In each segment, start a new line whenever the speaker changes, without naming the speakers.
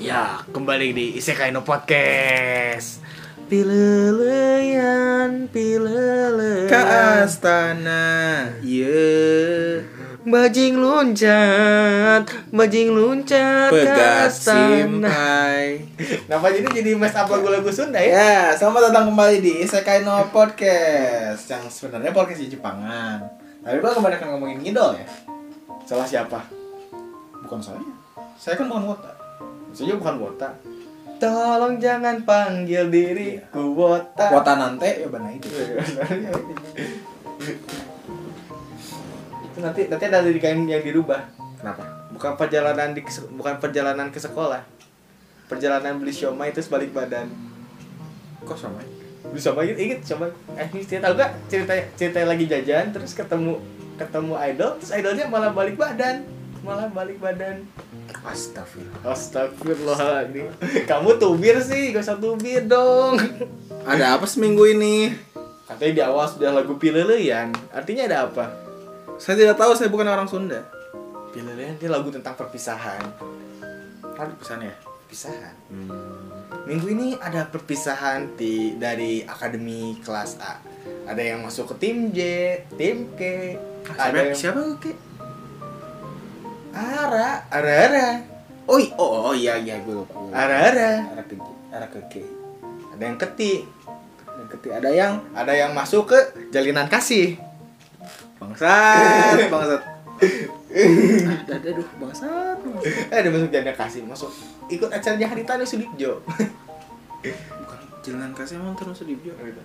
Ya, kembali di Isekai no Podcast. Pileleyan, pileleyan.
ke Astana
Ye. Bajing luncat, bajing luncat ke
Pegat
astana.
Simpai
Kenapa jadi jadi mas apa lagu Sunda ya?
Ya, selamat datang kembali di Isekai no Podcast Yang sebenarnya podcast di Jepangan Tapi gua kebanyakan ngomongin ngidol ya
Salah siapa?
Bukan saya Saya kan bukan wota Saya bukan wota
Tolong jangan panggil
Iya.
diriku botak.
Wota nante ya benar itu
Iya, Itu nanti nanti ada di kain yang dirubah.
Kenapa?
bukan perjalanan di kes- bukan perjalanan ke sekolah perjalanan beli siomay terus balik badan
Kok sama ya?
beli siomay inget, inget siomay eh ini cerita tahu gak cerita cerita lagi jajan terus ketemu ketemu idol terus idolnya malah balik badan malah balik badan
Astagfirullah
Astagfirullahaladzim Kamu tubir sih, gak usah tubir dong
Ada apa seminggu ini?
Katanya di awal sudah lagu pileleyan Artinya ada apa?
Saya tidak tahu, saya bukan orang Sunda
Pileleyan itu lagu tentang perpisahan
Kan pesannya
Perpisahan
hmm.
Minggu ini ada perpisahan di, dari akademi kelas A. Ada yang masuk ke tim J, tim K, ada
Siapa?
yang
Siapa? Oke.
Ara, Ara Ara,
Oh, i- oh, oh iya iya gue lupa.
Ara Ara.
arah ke arah ke K.
Ada yang keti,
Yang ketiga ada yang
ada yang masuk ke jalinan kasih.
bangsat, bangsat. ada ada duh bangsat. bangsat.
Eh, ada masuk jalinan kasih, masuk ikut acaranya Haritano Sudibjo.
Bukan jalan kasih emang terus di bio.
Gitu.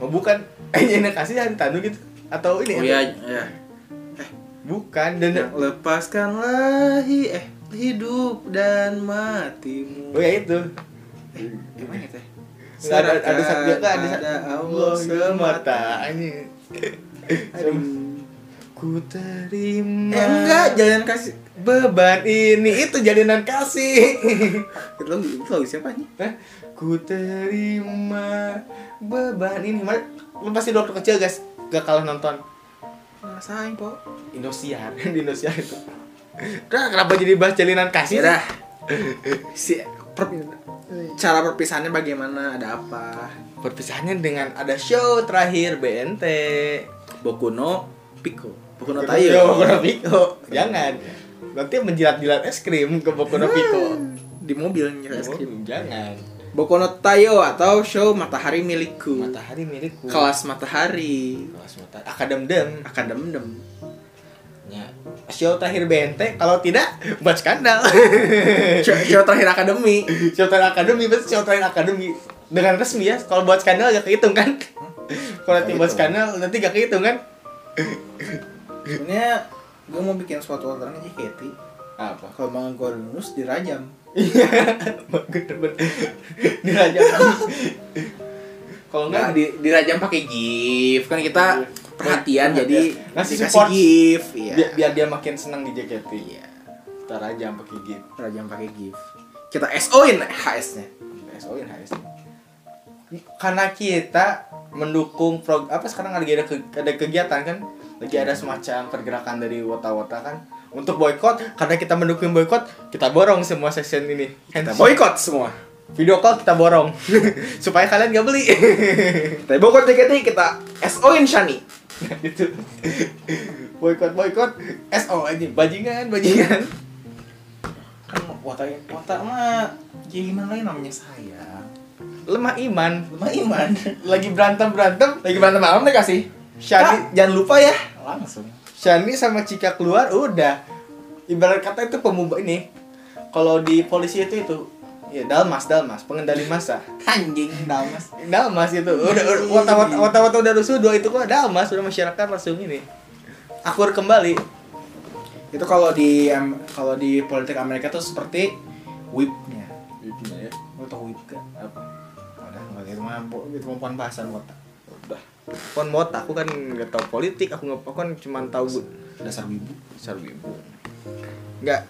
Oh, bukan eh, jalinan kasih Haritano gitu atau ini?
Oh iya ya.
Bukan dan
Lepaskanlah hi eh hidup dan matimu.
Oh ya itu.
Gimana teh?
Nggak ada ada satu ada,
Serahkan
ada
pada
Allah semata. Anjing.
Aduh.
Ku terima.
Eh enggak, jalan kasih.
beban ini itu jalinan kasih.
Itu lagu, itu lagu siapa nih?
Hah? Ku terima beban ini. Mana lu pasti waktu kecil guys gak kalah nonton
Rasain, Po.
Indosiar di Indosiar itu. Nah, kenapa jadi bahas jalinan
Ya
kasih? sih?
dah. si per- cara perpisahannya bagaimana? Ada apa?
Perpisahannya dengan ada show terakhir BNT.
Boku no Pico. Boku no
Yo,
Tayo.
Boku no Pico. Jangan. Nanti menjilat-jilat es krim ke Boku no Pico.
Di mobil nyerah es
Oh,
krim.
Jangan.
Boku no Tayo atau show Matahari Milikku.
Matahari milikku.
Kelas Matahari.
Kelas matahari. Akadem dem.
Akadem Dem.
Ya. Show terakhir BNT, kalau tidak buat skandal.
Show, show terakhir akademi.
show terakhir akademi, berarti show terakhir akademi dengan resmi ya. Kalau buat skandal gak kehitung kan? Kalau nanti
Kehitung.
buat skandal nanti gak kehitung kan?
Sebenarnya gue mau bikin suatu orderan aja Heti.
Apa?
Kalau mau gue lulus dirajam.
Iya. Bagus temen. Dirajam. Kalau
Oh, Enggak,
enggak
Nah, di, dirajam pakai gift kan kita perhatian jadi
Ngasih
dikasih
support.
gift iya
biar, biar dia makin senang di JKT. Iya. Ntar aja sampai gitu. gigit.
dirajam pakai gift kita SO-in HS-nya
SO-in HS. Karena kita mendukung prog apa sekarang lagi ada ke- ada kegiatan kan? Lagi ada semacam pergerakan dari wota-wota kan untuk boykot karena kita mendukung boykot kita borong semua session ini
kita
Handshake.
boykot semua
video call kita borong supaya kalian gak beli
kita boykot JKT kita SO-in Shani
itu Gitu. boykot boykot so aja bajingan bajingan
kan watak watak mah gimana lagi namanya saya
lemah iman
lemah iman
lagi berantem berantem
lagi berantem malam deh kasih
Shani
Kak, jangan lupa ya langsung
Shani sama Cika keluar udah ibarat kata itu pemubah ini kalau di polisi itu itu ya dalmas dalmas pengendali massa
anjing damas
dalmas itu udah udah- wata-wata wata-wata udah rusuh dua itu kok dalmas udah masyarakat langsung ini akur kembali
itu kalau di em, kalau di politik Amerika tuh seperti whip-nya ya? lo tau whip gak?
Apa?
Udah, nggak itu mah itu mah bukan bahasan watak
udah kon mot aku kan nggak tahu politik aku nggak kan cuma tahu
dasar wibu
besar ibu nggak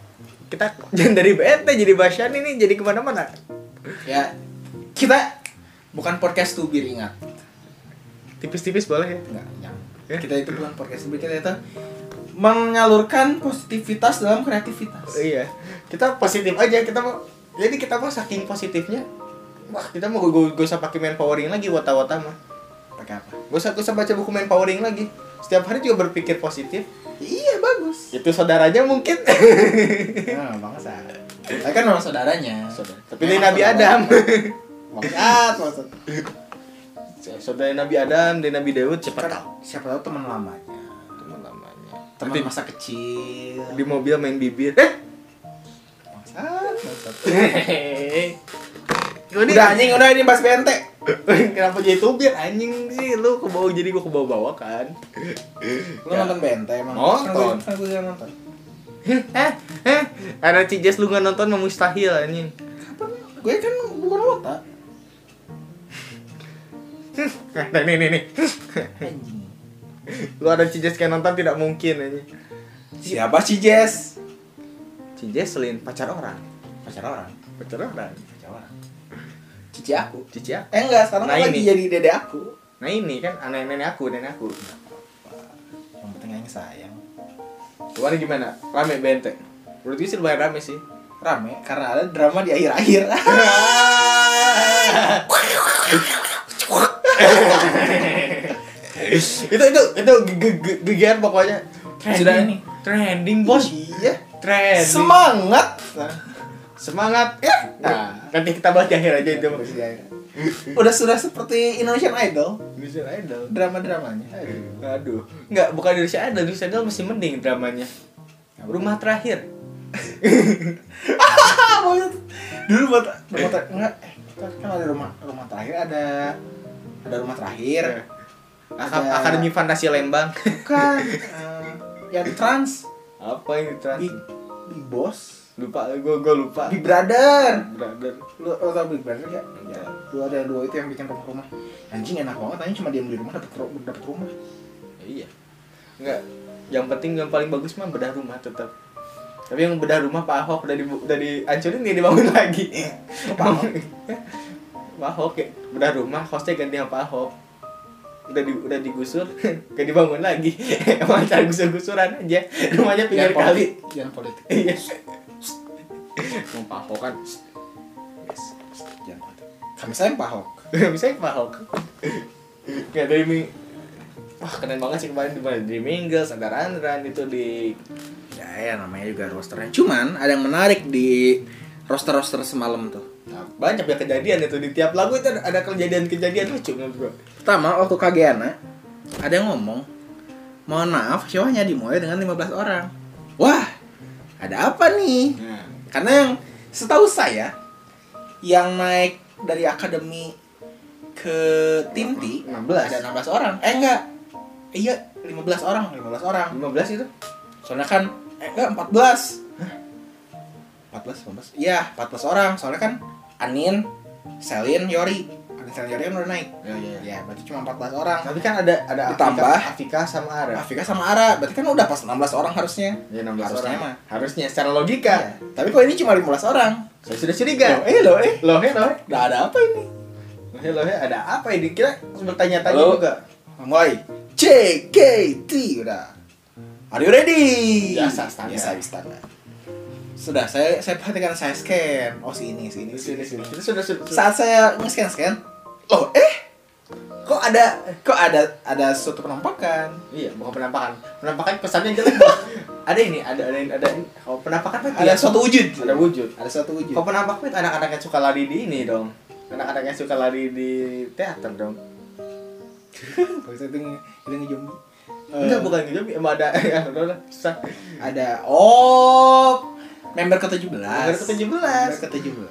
kita jangan dari BNT jadi Basyani nih jadi kemana-mana
ya kita bukan podcast tubir ingat
tipis-tipis boleh ya
nggak yang
Ya.
kita itu bukan podcast tubir kita itu menyalurkan positivitas dalam
Oh,
kreativitas
iya kita Iya. positif aja kita mau jadi kita mah saking positifnya wah kita mau gue gue usah pakai manpowering lagi wata-wata mah
pakai apa
gue usah gak usah baca buku manpowering lagi setiap hari juga berpikir positif iya bagus itu saudaranya mungkin
ah bangsa Tapi kan memang saudaranya
Saudara. tapi dari Nabi Adam
Bangsat, bangsat.
saudara Nabi Adam dari Nabi Daud cepat
Kan siapa tahu teman lamanya
teman lamanya
teman
Nanti
masa kecil
di mobil main bibir eh
bangsat, bangsat.
Eh! Ini-
udah anjing udah ini bahas BNT
Kenapa jadi tubir anjing sih lu kebawa jadi gua kebawa-bawa kan.
lu nonton BNT emang
Ya. Nonton.
Kan gua- kan gue juga nonton
eh eh ada Cijes lu nggak nonton mah mustahil anjing.
gue kan bukan wota
Nah, nih nih nih.
anjing
Lu ada Cijes kayak nonton tidak mungkin anjing.
siapa sih Jess
Cijes selin pacar orang.
pacar orang
Pacar orang.
pacar orang cici aku
Cici aku.
eh enggak sekarang
Nah,
kan lagi
ini.
jadi dede aku
Nah ini kan anak nenek aku nenek aku.
yang penting yang sayang
Kemarin gimana? Rame benteng. Menurut gue sih lumayan rame sih.
rame karena ada drama di akhir-akhir
itu itu itu ge- ge- gegian pokoknya.
Sudah ini.
Trending bos.
iya
Trending.
semangat
Semangat ya. Nah, nanti kita bahas di akhir aja itu.
udah sudah seperti Indonesian Idol
Indonesian Idol.
drama-dramanya
Hmm. Aduh, nggak bukan Indonesian Idol, Indonesian Idol masih mending dramanya. Rumah terakhir.
Ah, maksud- dulu buat rumah terakhir enggak eh, kita kan ada rumah rumah terakhir ada ada rumah terakhir
Aka-
Ada-
Akademi Fantasi Lembang.
bukan eh, yang trans
Apa ini trans?
big big boss
Lupa, gue gue lupa.
big brother
Brother.
lu, lu tau Big Brother gak?
Enggak.
Lu ada dua itu yang bikin rumah-rumah. Anjing enak banget, anjing cuma diam di rumah dapet, ru- dapet rumah.
Iya. Nggak. Yang penting yang paling bagus mah bedah rumah tetap. Tapi yang bedah rumah Pak Ahok udah di udah dihancurin nih dibangun lagi.
Pak Ahok?
Pak Ahok ya. Bedah rumah hostnya ganti yang Pak Ahok. Udah di, udah digusur, gak dibangun lagi. Emang cara gusur-gusuran aja. Rumahnya pinggir kali.
Jangan politik.
Iya. Mau Pak Ahok kan. Yes.
Jangan politik. Kami sayang Pak Ahok.
Misalnya Pak Ahok. Kayak dari Ming Wah keren banget sih kemarin di mana? di Mingles, ada Randran itu di
Ya, ya namanya juga rosternya. Cuman ada yang menarik di roster-roster semalam tuh.
Nah, banyak ya kejadian itu di tiap lagu itu ada ada kejadian-kejadian lucu menurut gua.
Pertama, waktu Kageana, ada yang ngomong, mohon maaf, show hanya dimulai dengan 15 orang. Wah, ada apa nih?
Nah,
Karena yang setahu saya yang naik dari akademi ke tim T
16.
ada 16 orang. Eh enggak. Iya, 15 orang, 15 orang.
15 itu?
Soalnya kan eh enggak 14. Hah? 14, 15. Iya, 14 orang. Soalnya kan Anin, Selin, Yori. Anin, Selin, Yori kan udah naik.
Ya, ya, ya.
Iya, berarti cuma 14 orang.
Tapi kan ada ada
Ditambah.
Afika, Afika sama Ara.
Afika sama Ara, berarti kan udah pas 16 orang harusnya.
Ya 16
Harusnya
orang.
mah.
Harusnya secara logika.
Iya. Tapi kok ini cuma 15 orang?
Saya sudah curiga.
Loh, eh, loh, eh.
Loh, eh, loh. eh.
Udah ada apa ini?
Loh, eh, loh, eh. ada apa ini? Kira bertanya-tanya
Halo?
juga.
Mulai CKT udah. Are you ready?
Biasa, standar.
Biasa, standar. Sudah, saya saya perhatikan saya scan. Oh, sini, sini, sini, sini.
Kita sudah sudah. sudah.
Saat saya nge-scan scan, oh eh kok ada kok ada ada suatu penampakan.
Iya, bukan penampakan. Penampakan kesannya jelek. Bos. ada ini, ada ada ada ini. Kalau penampakan kan
Ada suatu wujud. Iya.
ada wujud.
Ada suatu wujud.
Kok penampakan itu anak-anak yang suka lari di ini dong. Anak-anak yang suka lari di teater dong.
Bisa itu nge- itu ngejombie. Eh,
Enggak, bukan gitu, emang ada ya udah lah, susah.
Ada oh member ke-17.
Member ke-17.
Member ke-17.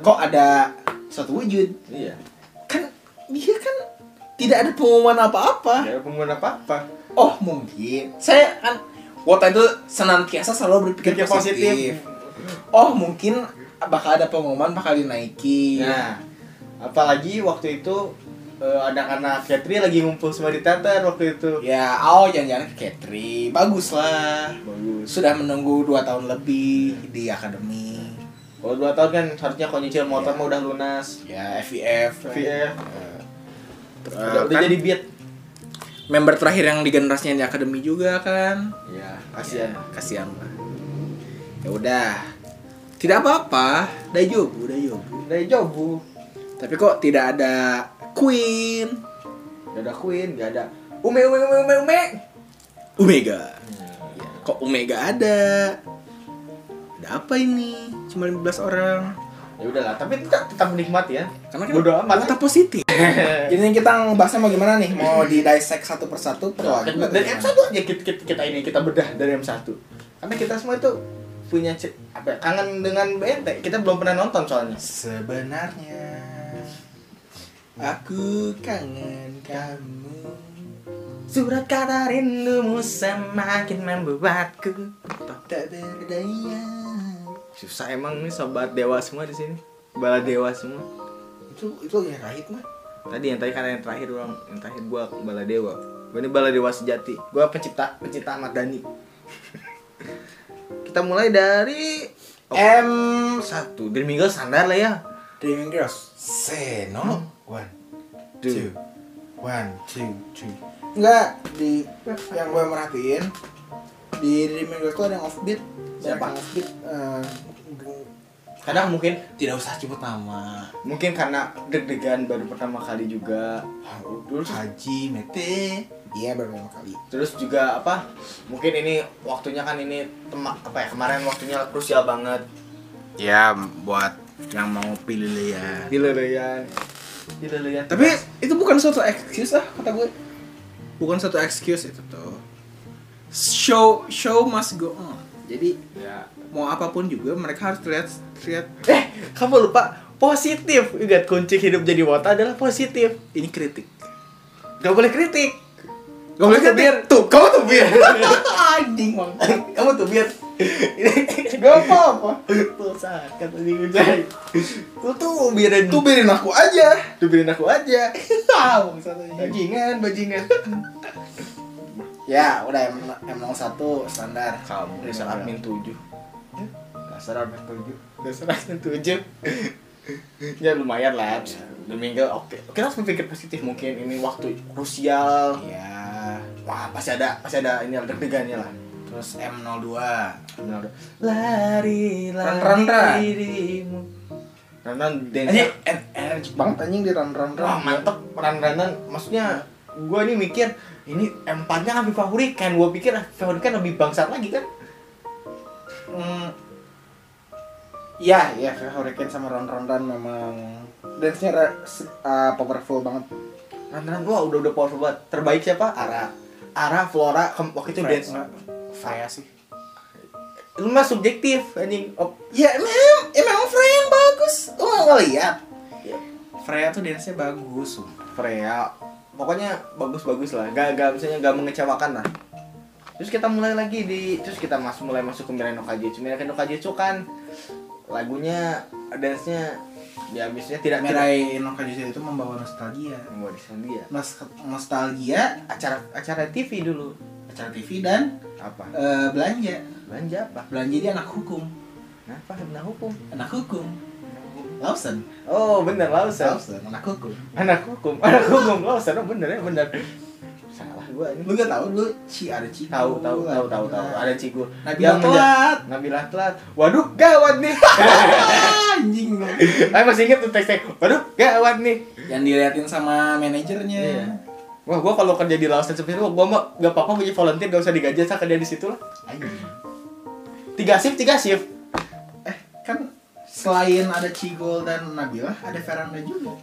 Kok
Kok ada suatu wujud?
iya,
kan dia kan tidak ada pengumuman apa-apa.
enggak ada pengumuman apa-apa.
Oh mungkin saya kan waktu itu senantiasa selalu berpikir
Pikir
positif.
positif.
Oh mungkin bakal ada pengumuman bakal dinaikin.
Nah, apalagi waktu itu eh, anak-anak Katri lagi ngumpul semua di teater waktu itu.
Ya, oh jangan-jangan ke Katri. Bagus lah.
Bagus.
Sudah menunggu 2 tahun lebih di akademi.
Kalau dua tahun kan harusnya kalau nyicil
Iya.
motor mah udah lunas.
Ya, FIF.
VF.
Eh,
Udah, udah
kan
jadi beat.
member terakhir yang digenerasinya di akademi juga kan.
Iya,
kasihan lah ya udah Tidak apa-apa, dayobu, dayobu.
Dari Jobu.
Tapi kok tidak ada Queen,
Gak ada Queen, gak ada Ume Ume Ume Ume Ume.
Omega. Ya, kok Omega ada? Ada apa ini? Cuma 15 orang.
Ya udahlah, tapi tetap, tetap menikmati ya.
Karena kan
Bodo amat.
mata positif. Iya. Hmm. Jadi kita ngebahasnya mau gimana nih? Mau di dissect satu persatu per lagu atau
dari
gimana?
M1 aja kita, kita, kita ini kita bedah dari M1. Karena kita semua itu punya ce- apa ya, kangen dengan BNT. Kita belum pernah nonton soalnya.
Sebenarnya aku kangen kamu.
Surat kata rindumu semakin membuatku
Tak berdaya.
Susah emang nih sobat dewa semua di sini. Bala dewa semua.
Itu itu lagi rahit mah.
Tadi yang tadi karena yang terakhir orang yang terakhir gua bala dewa. Gua ini bala dewa sejati. Gua pencipta pencipta Ahmad Dhani. Kita mulai dari
Oh. M
satu Dream Eagle standar lah ya.
Dreaming Girls. Seno. One,
Dream.
One, two, two. Enggak di yang gue merhatiin di Dreaming Girls tuh ada yang offbeat,
Siapa?
yang offbeat. eh,
Kadang mungkin
tidak usah sebut nama.
mungkin karena deg-degan baru pertama kali juga. Terus
Haji Mete. Iya baru pertama kali.
terus juga apa? Mungkin ini waktunya kan ini tema, apa ya kemarin waktunya krusial banget.
Ya buat yang mau pilih ya. lihat.
Gila lu Yan. Gila lu Yan.
Tapi itu bukan suatu excuse ah kata gue. Bukan suatu excuse itu tuh. Show show must go on. Jadi
ya.
mau apapun juga mereka harus lihat lihat
Eh, kamu lupa positif. Ingat kunci hidup jadi wota adalah positif.
ini kritik.
Gak boleh kritik.
Gak boleh
Kamu
kritik.
tubir. Tuh, kamu tuh bir.
Anjing bang.
kamu tuh bir.
Gak apa-apa.
Tuh sakit tadi Ujay. Tuh tuh biarin.
Tuh biarin aku aja.
tuh biarin aku aja.
Tahu satunya.
Bajingan, bajingan.
Ya udah M M01 standar.
Kamu dasar admin 7. Dasar admin 7. Dasar admin 7. ya lumayan lah. Domingo oke. Kita harus berpikir positif mungkin ini waktu krusial.
Ya.
Wah, pasti ada pasti ada ini ada degannya lah.
Terus M02.
Benar. Lari
Ran, ran, ran.
dirimu. Ranan dance.
Anjing, en- energi banget anjing di run run
Wah, mantep ran-ranan. Maksudnya gua nih mikir ini M4-nya kan FIFA Hurricane. Gua pikir ah, FIFA Hurricane lebih bangsat lagi kan.
Hmm. Ya, ya, Hurricane sama Ron Ron Ron memang dance-nya ra- se- ah, powerful banget.
Ran-ranan wah udah udah powerful banget. Terbaik siapa? Ara. Ara Flora kem- waktu itu dance.
Freya sih.
Lu mah subjektif anjing. Oh, Op-
Ya, memang emang Freya yang bagus. Lu nggak ngeliat? Freya tuh dance-nya bagus.
Freya pokoknya bagus-bagus lah gak, gak misalnya gak mengecewakan lah terus kita mulai lagi di terus kita mas mulai masuk ke Mirai no Kagetsu Mirai no Kagetsu kan lagunya dance-nya ya biasanya tidak tidak
Mirai no Kajutsu itu membawa nostalgia.
Wah, di sana dia
Nos- nostalgia
acara acara TV dulu
acara TV dan
apa
eh, belanja.
belanja apa
Belanja dia anak hukum.
kenapa kena hukum
Anak hukum. Lawson.
oh bener Lausen
Lawson, anak hukum.
anak hukum anak hukum Lausen oh, bener ya bener salah gua ini
Lu gak tau lu Ci ada kan? Ci.
tahu tahu tahu tahu tahu
Ah,
ada cigur
Nabila telat.
Nabila telat waduh gawat nih
anjing lu.
Tapi masih inget tuh teks-teks Waduh gawat nih
Yang diliatin sama manajernya.
Iya. Wah gua kalau kerja di Lausan seperti itu Gua mah gak apa-apa gue jadi volunteer Gak usah digaji saya kerja di situ lah
Anjing.
Iya. Tiga shift, tiga shift
Eh, kan selain ada Cigol dan Nabila, ada Veranda juga.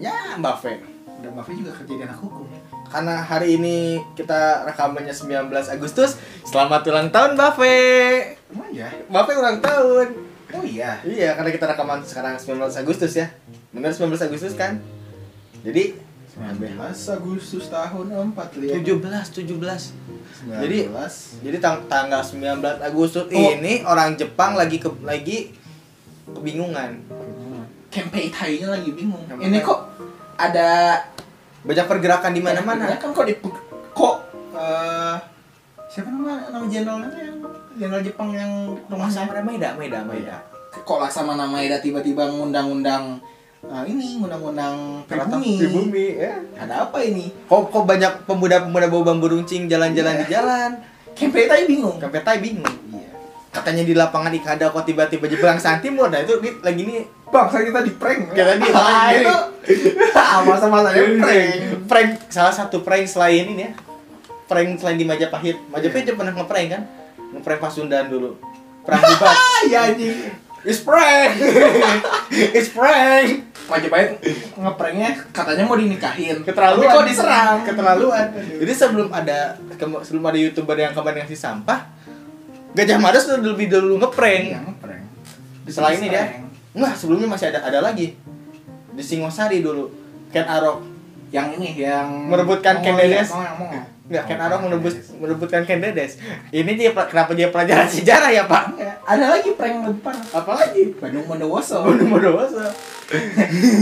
Ya Mbak Fe
Dan Mafi juga kerja di anak hukum.
Karena hari ini kita rekamannya 19 Agustus Selamat ulang tahun Mbak Fe
Emang ya?
Mbak Fe ulang tahun
Oh iya.
Iya karena kita rekaman sekarang 19 Agustus ya Bener 19 Agustus kan Jadi
19 Agustus tahun 45.
17, 17 Jadi,
19.
Jadi tang- tanggal 19 Agustus
Oh.
ini orang Jepang lagi ke lagi kebingungan.
Kempe Itainya lagi bingung.
Kempe
Ini
Itai.
kok ada
Banyak pergerakan di mana-mana.
Kan kok di kok eh, siapa nama nama jenderalnya yang jenderal Jepang yang rumah sama
Maeda, Maeda, Maeda.
kok sama nama Eda tiba-tiba ngundang-undang eh, ini ngundang-undang pribumi.
Di bumi, ya.
Ada apa ini?
Kok kok banyak pemuda-pemuda bawa bambu runcing jalan-jalan di jalan.
Kempe Itai bingung.
Sampai tai bingung.
Iya.
katanya di lapangan Ikada kok tiba-tiba jebrang Timur nah itu di- lagi nih
bangsa kita di prank
Kita di
Ah,
prank. iya.
itu Iya, masa-masanya prank
prank salah satu prank selain ini ya prank selain di Majapahit Majapahit
Iya.
juga pernah ngeprank kan ngeprank Pasundan dulu perang bubat
ah ya anjing
it's prank it's prank
Majapahit ngepranknya katanya mau dinikahin
keterlaluan
tapi kok diserang
keterlaluan jadi sebelum ada kema- sebelum ada youtuber yang kemarin ngasih sampah Gajah Mada sudah lebih dulu
Iya,
ngeprank
ngeprank
Selain ini dia.
Prank.
nah sebelumnya masih ada ada lagi di Singosari dulu Ken Arok
yang ini yang
Merebutkan Ken
Mongolia,
Dedes.
Mongol, Mongol.
nggak Ken
Oh,
Arok menebus merebutkan Ken Dedes ini dia pra- kenapa dia pelajaran sejarah ya Pak
Iya. ada lagi prank yang lebih parah
apalagi
Bandung Bondowoso
Bunuh Bondowoso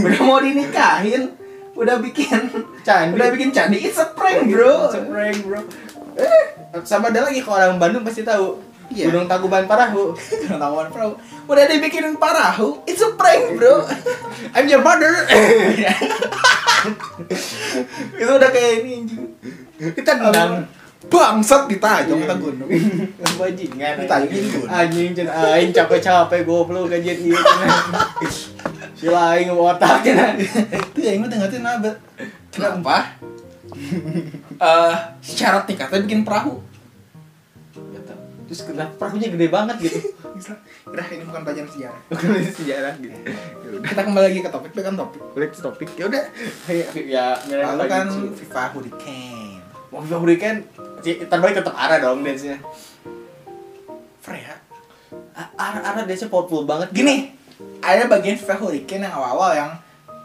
udah mau dinikahin udah bikin
Candi
udah bikin candi it's a prank bro
It's a prank, bro Eh, sama ada lagi kalau orang Bandung pasti tahu
Iya.
Gunung Tangkuban Parahu
Ketahuan perahu udah dibikinin parahu it's a prank bro
I'm your mother
itu udah kayak ini anjing
kita nang
bangsat ditajong kita gunung
bajingan
Kita anjing, Gun.
anjing cen aing capek-capek goblok aja dia cenah. sila aing otak cenah.
Eh, itu ya, yang gue tengah kenapa kenapa Eh, syarat nikahnya bikin perahu
terus kenapa perahunya gede banget gitu
Udah, ini bukan pelajaran sejarah.
bukan ini sejarah gitu ya udah
Kita kembali lagi ke topik, itu kan topik.
next topik ya udah ya
Lalu
milenial
kan
Jitsu.
FIFA Hurricane.
Mau FIFA Hurricane si- terbaik tetap Ara dong dance-nya.
Freya,
A- Ara Ara dance-nya powerful banget.
gini, ada bagian FIFA Hurricane yang awal-awal yang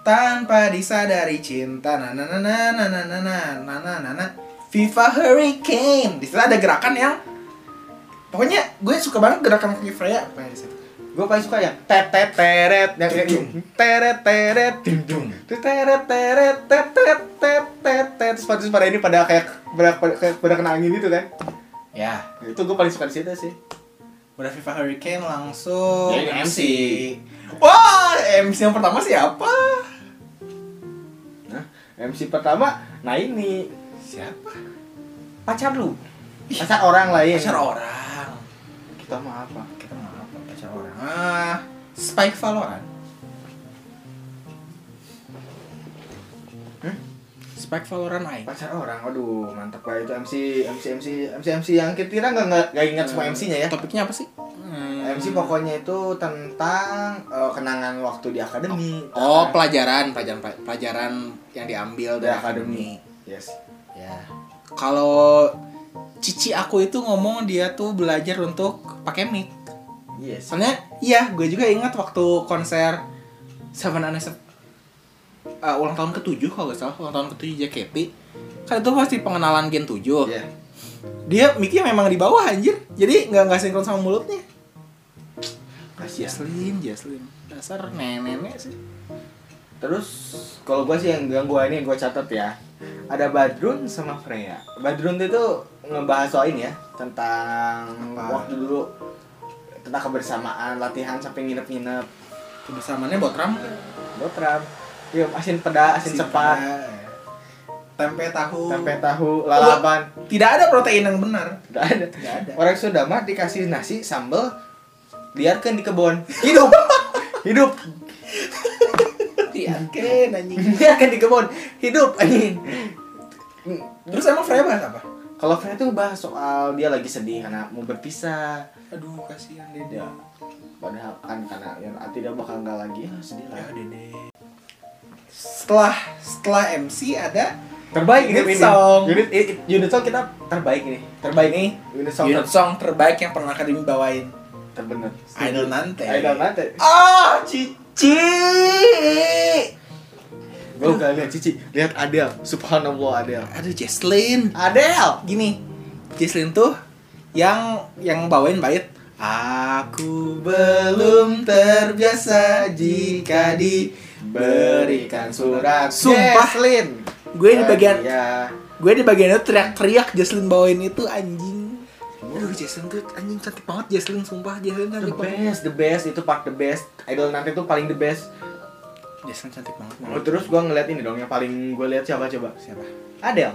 tanpa disadari cinta na na na na na na na na na na na na FIFA Hurricane. Di situ ada gerakan yang pokoknya gue suka banget gerakan kaki Freya apa yang di situ.
Gue paling suka yang tet tet teret yang yang-
Dung.
teret teret dung dung. Terus teret teret tet tet tet tet tet terus pada- terus pada ini pada kayak pada, pada, kayak pada kena angin gitu kan. Nah,
Ya,
Itu gue paling suka di situ sih.
udah FIFA Hurricane langsung
Jadi MC.
Wah, MC yang pertama siapa?
Nah, MC pertama nah ini
Siapa?
pacar lu. Pacar orang lain.
Pacar orang.
Kita mah apa?
Kita mau apa pacar orang? Ah, Spike Valorant. Hmm? Spike Valorant aing.
pacar orang aduh mantap lah itu MC MC MC MC MC yang kira nggak nggak- nggak ingat semua MC-nya ya
Topiknya apa sih? Hmm.
MC pokoknya itu tentang eh, kenangan waktu di akademi.
Oh,
Kenangan-
pelajaran, pelajaran pelajaran yang diambil
Di
dari
akademi.
akademi.
Yes.
Ya. Kalau Cici aku itu ngomong dia tuh belajar untuk pakai mic.
Yes.
Soalnya iya, gue juga ingat waktu konser Seven Anes uh, ulang tahun ke-7 kalau gak salah, ulang tahun ke-7 JKT. Kan itu pasti pengenalan Gen 7.
Iya.
Dia mic-nya memang di bawah anjir. Jadi nggak nggak sinkron sama mulutnya.
Kasihan.
Jaslin, Jaslin. Dasar nenek-nenek sih.
Terus kalau gue sih yang ganggu ini gue catat ya. Ada Badrun sama Freya. Badrun itu ngebahas soal ini ya tentang
Apa?
waktu dulu tentang kebersamaan, latihan sampai nginep-nginep.
Kebersamaannya Botram
Botram. Iya, asin peda, asin sepat,
Tempe tahu.
tempe tahu, lalapan.
Tidak ada protein yang benar.
Tidak ada.
Tidak ada.
Orang sudah mah dikasih nasi sambal biarkan di kebun. Hidup. Hidup.
Iya. Yakin anjing.
biarkan di kebun. Hidup anjing.
Terus emang Freya bahas apa?
Kalau Freya tuh bahas soal dia lagi sedih karena mau berpisah.
Aduh, kasihan
Ya, padahal kan karena ya, tidak bakal nggak lagi ya sedih lah.
Setelah setelah MC ada
Terbaik
Unit
ini.
song.
Unit unit song kita terbaik nih. Terbaik nih. Unit song
unit
ter-
song terbaik yang pernah Akademi bawain.
terbener.
Idol Nante.
Iya. Idol nanti.
Ah, Cici.
Gue gak lihat Cici, lihat Adele. Subhanallah Adele.
Aduh, Jesslyn.
Adele.
Gini, Jesslyn tuh yang yang bawain bait Aku belum terbiasa jika diberikan surat. Sumpah,
Jesslyn.
gue di bagian
ya.
gue di bagian itu teriak-teriak Jesslyn bawain itu anjing. Aduh, Jesslyn tuh anjing cantik banget Jesslyn, sumpah Jesslyn
The
cantik banget.
best, the best itu part the best. Idol nanti tuh paling the best.
Jesslyn cantik banget.
Oh, terus gua ngeliat ini dong yang paling gue lihat siapa coba?
Siapa?
Adele.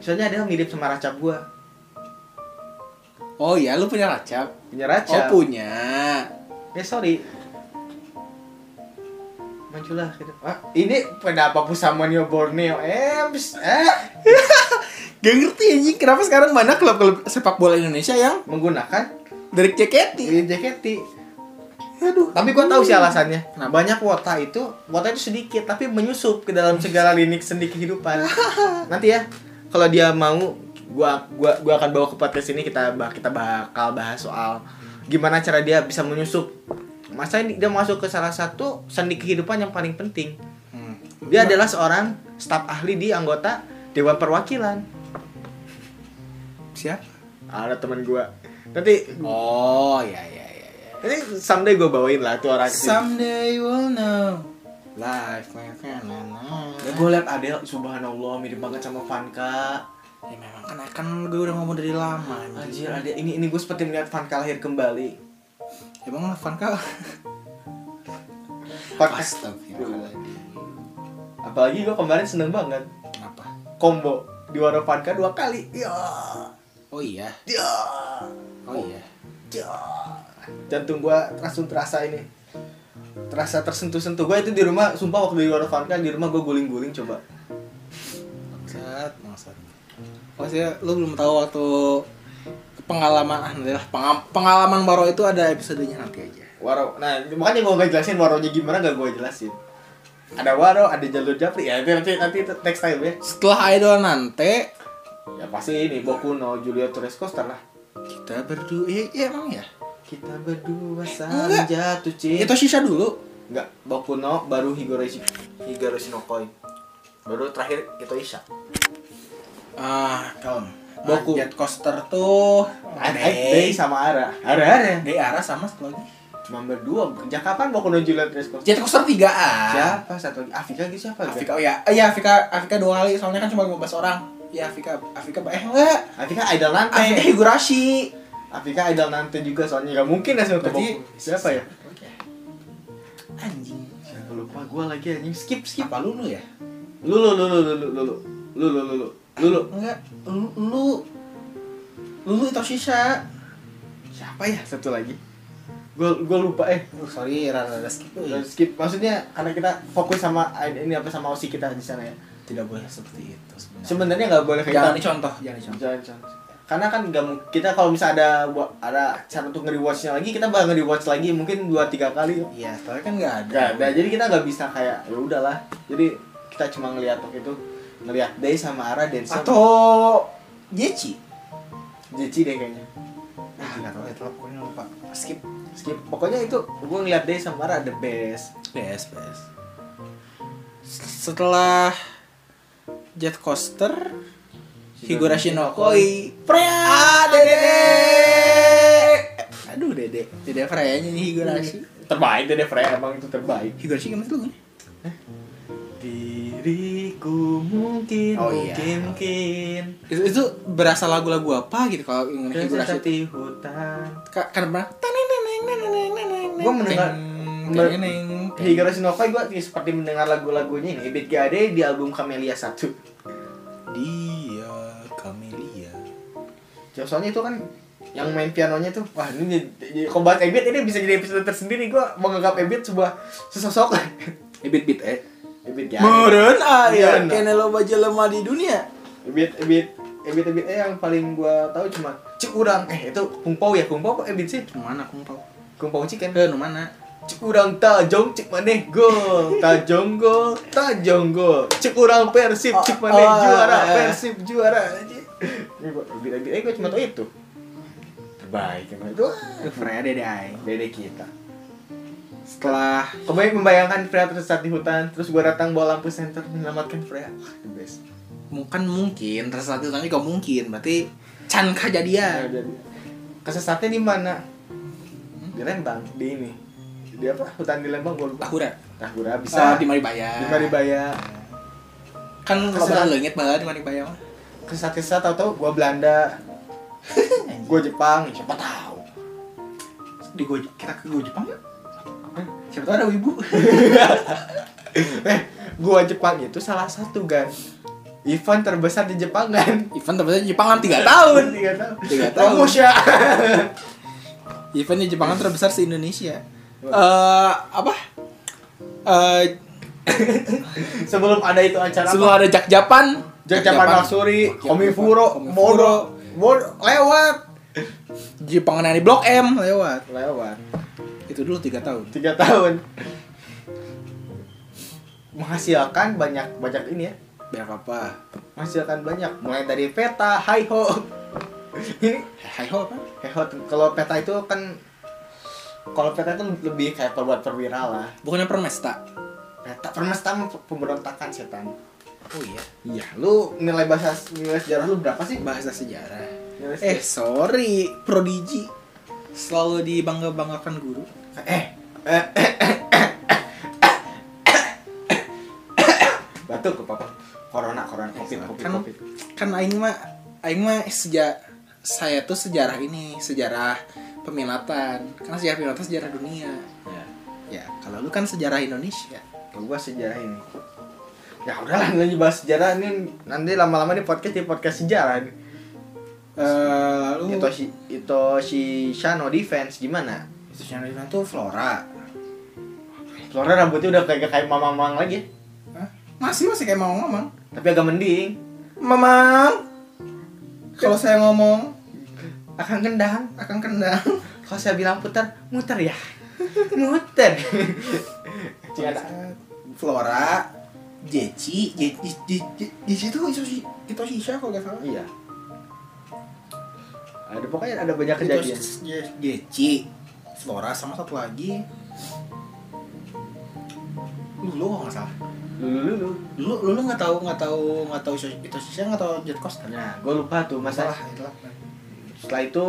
Soalnya Adele mirip sama racap gua.
Oh iya, lu punya racap? Oh
punya raca
punya.
ya sorry majulah gitu. Ah, ini kenapa pusamannya Borneo eh bis- eh
Gak ngerti anjing kenapa sekarang banyak klub-klub sepak bola Indonesia yang
menggunakan
dari JKT.
di JKT aduh tapi gua tahu sih alasannya nah banyak wota itu wota itu sedikit tapi menyusup ke dalam segala lini sendi kehidupan nanti ya kalau dia mau gua gua gua akan bawa ke podcast ini kita bah- kita bakal bahas soal gimana cara dia bisa menyusup masa ini dia masuk ke salah satu sendi kehidupan yang paling penting
Hmm.
Dia adalah seorang staf ahli di anggota Dewan Perwakilan.
siapa?
Ada teman gua. Nanti
Oh iya iya iya. iya.
nanti someday gua bawain lah tuh orang kesini.
Someday we'll know. Life my friend. na, na, na.
Ya, gua liat Adele, subhanallah mirip banget sama Vanka.
Ya memang kan akan gue udah ngomong dari lama.
Anjir, Adele, ini ini gue seperti melihat Vanka lahir kembali.
Emang lah Vanka.
Podcast.
Iya.
Apalagi gua kemarin seneng banget.
Kenapa?
Combo di warna Vanka dua kali. Ya.
Oh iya.
Ya.
Oh iya.
Ya. Jantung gua langsung terasa ini. Terasa tersentuh-sentuh gua itu di rumah, sumpah waktu di warna Vanka di rumah gua guling-guling coba.
Bangsat, bangsat. Maksudnya lu belum tahu waktu pengalaman adalah pengam- pengalaman baru itu ada episodenya nanti aja.
Waro. Nah, makanya gua gak jelasin waronya gimana gak gua jelasin. Ada waro, ada jalur japri. Ya itu nanti nanti next time ya.
Setelah idol nanti
Ya pasti ini Boku no Julia Torres Costa lah.
kita berdua ya, ya emang ya.
Kita berdua
Enggak.
saling jatuh cinta.
Itu sisa dulu.
Enggak, Boku no baru Higoroshi Higoroshi no Koi. Baru terakhir itu Isha.
Ah, kalem.
Boku.
Boku. jet coaster tuh.
Day sama Ara. Ara Ara.
Day arah sama satu lagi.
Cuma berdua. Sejak kapan Boku no Julia Torres Costa?
Jet coaster 3A.
Siapa satu lagi? Afika gitu siapa?
Afika oh ya. Iya, Afika Afika dua kali soalnya kan cuma 15 orang. Ya Afika Afika eh enggak.
Afika idol
Afika
nanti.
Higurashi.
Afika idol nanti juga soalnya nggak mungkin ya sama
Berarti-
Boku. Siapa ya?
Anjing.
Siapa lupa gue lagi anjing skip skip.
Apa lu lu ya?
Lu lu lu lu lu lu lu lu lu lu lu lu lu
Enggak, lu lu lu itu sisa.
siapa ya satu lagi? Gue gue lupa eh
Uh, sorry, rada-rada skip. ya.
Gua skip maksudnya karena kita fokus sama ini apa sama osi kita di sana ya.
Tidak boleh seperti itu sebenarnya.
Sebenarnya nggak boleh
Jangan
kayak gitu.
dicontoh, jangan dicontoh.
Jangan jangan. Karena kan nggak mu- kita kalau misalnya ada wa- ada cara untuk nge-rewatchnya lagi kita bakal nge-rewatch lagi mungkin 2 3 kali.
Iya, soalnya kan enggak ada.
Gak ada. Jadi kita nggak bisa kayak ya udahlah. Jadi kita cuma ngelihat waktu itu ngelihat Day sama Ara dan sama
Atau Jeci.
Jeci deh kayaknya.
Ah, enggak tahu itu pokoknya lupa. Skip.
Skip. Pokoknya itu gue ngeliat Day sama Ra the best.
PS, PS. Setelah Jet Coaster Higurashi no Koi
Ah,
Prea Dede Aduh Dede Dede Freanya nih Higurashi
Iya. Terbaik deh Freya emang itu terbaik.
Higurashi gimana sih lu?
Diriku mungkin
Oh, iya.
mungkin mungkin
itu, itu berasa lagu-lagu apa gitu kalau yang Higurashi itu
tersesat di hutan.
Ka- kan pernah
Gua mendengar-
Teng,
men-
teng, teng.
Higurashi no Koi gue seperti mendengar lagu-lagunya ini Ebit Gade di album Camelia 1
dia Camelia
Ya, Soalnya itu kan yang main pianonya tuh Wah ini jadi, jadi- kalau bahas Ebit ini bisa jadi episode tersendiri Gue menganggap Ebit sebuah sesosok
Ebit bit eh
Ebit Gade
Meren ah. aya
Meureun.
kene loba jelema di dunia
Ebit Ebit Ebit Ebit eh yang paling gue tahu cuma Cik urang Eh itu kumpau ya kumpau kok Ebit sih
Mana aku tau
Kumpau chicken
Eh nu mana
Cik urang tajong cik maneh gol Tajong gol Tajong gol Cik urang persib cik maneh
Oh, oh,
juara
eh.
Persib juara anjing. Ah, Ini gua- bi- bi- Eh gue cuma tau itu Terbaik emang itu
Itu Freya Dede aing
Dede kita
Setelah
Kemudian membayangkan Freya tersesat di hutan Terus gue datang bawa lampu senter menyelamatkan Freya Wah, Ah, The best
Mungkin mungkin Tersesat itu juga mungkin Berarti Can kejadian
Nah, jadi, Hmm? Kesesatnya di mana? Di Lembang Di ini Di apa? Hutan di Lembang gue lupa
Tahura
Nah gue
Bisa
bisa
Ah. di Maribaya
Di Maribaya
Kan
Kesesat.
loba leungit banget di Maribaya mah
Kesesat-kesesat tau-tau gue Belanda gue Jepang siapa tahu
di Go kita ke Go Jepang yuk siapa tahu ada wibu
eh gua Jepang itu salah satu kan event terbesar di Jepang kan
Event terbesar di Jepang kan 3 tahun.
tiga tahun
Tiga tahun.
Bagus ya
Event di Jepang kan terbesar se Indonesia. Eh apa? Eh
sebelum ada itu acara
sebelum
apa?
ada Jak Japan,
Jak Japan Matsuri Komifuro
Komifuro.
Moro Moro lewat
Jepang di Blok M lewat.
lewat
Itu dulu 3 tahun.
tiga tahun menghasilkan banyak banyak ini ya
Biar apa?
menghasilkan banyak mulai dari peta hi ho ini
Hai ho apa?
hi ho Eh, kalau peta itu kan kalau peta itu lebih kayak perbuat perwira lah
Bukannya Permesta.
peta permesta sama pemberontakan setan
Oh iya.
iya lu nilai bahasa nilai sejarah lu berapa sih
Bahasa sejarah.
nilai
Eh,
sejarah.
sorry, Prodigy selalu dibangga-banggakan guru.
eh eh eh batuk ke papa corona corona covid covid
Kan-
covid
Kan aing mah aing mah sejak saya tuh sejarah ini, sejarah peminatan. Karena sejarah peminatan sejarah dunia.
ya
Ya, kalau lu kan sejarah Indonesia.
Kalau gua sejarah ini ya udahlah nanti bahas sejarah ini nanti lama-lama nih podcast di podcast sejarah nih.
Eh,
Uh.
lu
itu si itu si Shano defense gimana
Institusional itu tuh Flora.
Flora rambutnya udah kayak kayak mamang-mamang lagi ya.
Hah? masih masih kayak mau ngomong.
tapi agak mending
Mamang. Kalau saya ngomong
akan gendang
akan kendang.
kalau saya bilang putar muter ya muter Cik, ada-
Flora, Jeci, Jeci, Jeci, Jeci itu Itoshi, Itoshisha kalau nggak salah.
iya ada pokoknya ada banyak kejadian
Itoshi- Je- Jeci, Flora sama satu lagi. Lulu kalau nggak salah.
lulu lulu
Lulu, Lulu nggak tahu nggak tahu nggak tahu Itoshi- Itoshisha nggak tahu Jet Coaster.
nah gue lupa tuh masalah
Masalah itu lah.
setelah itu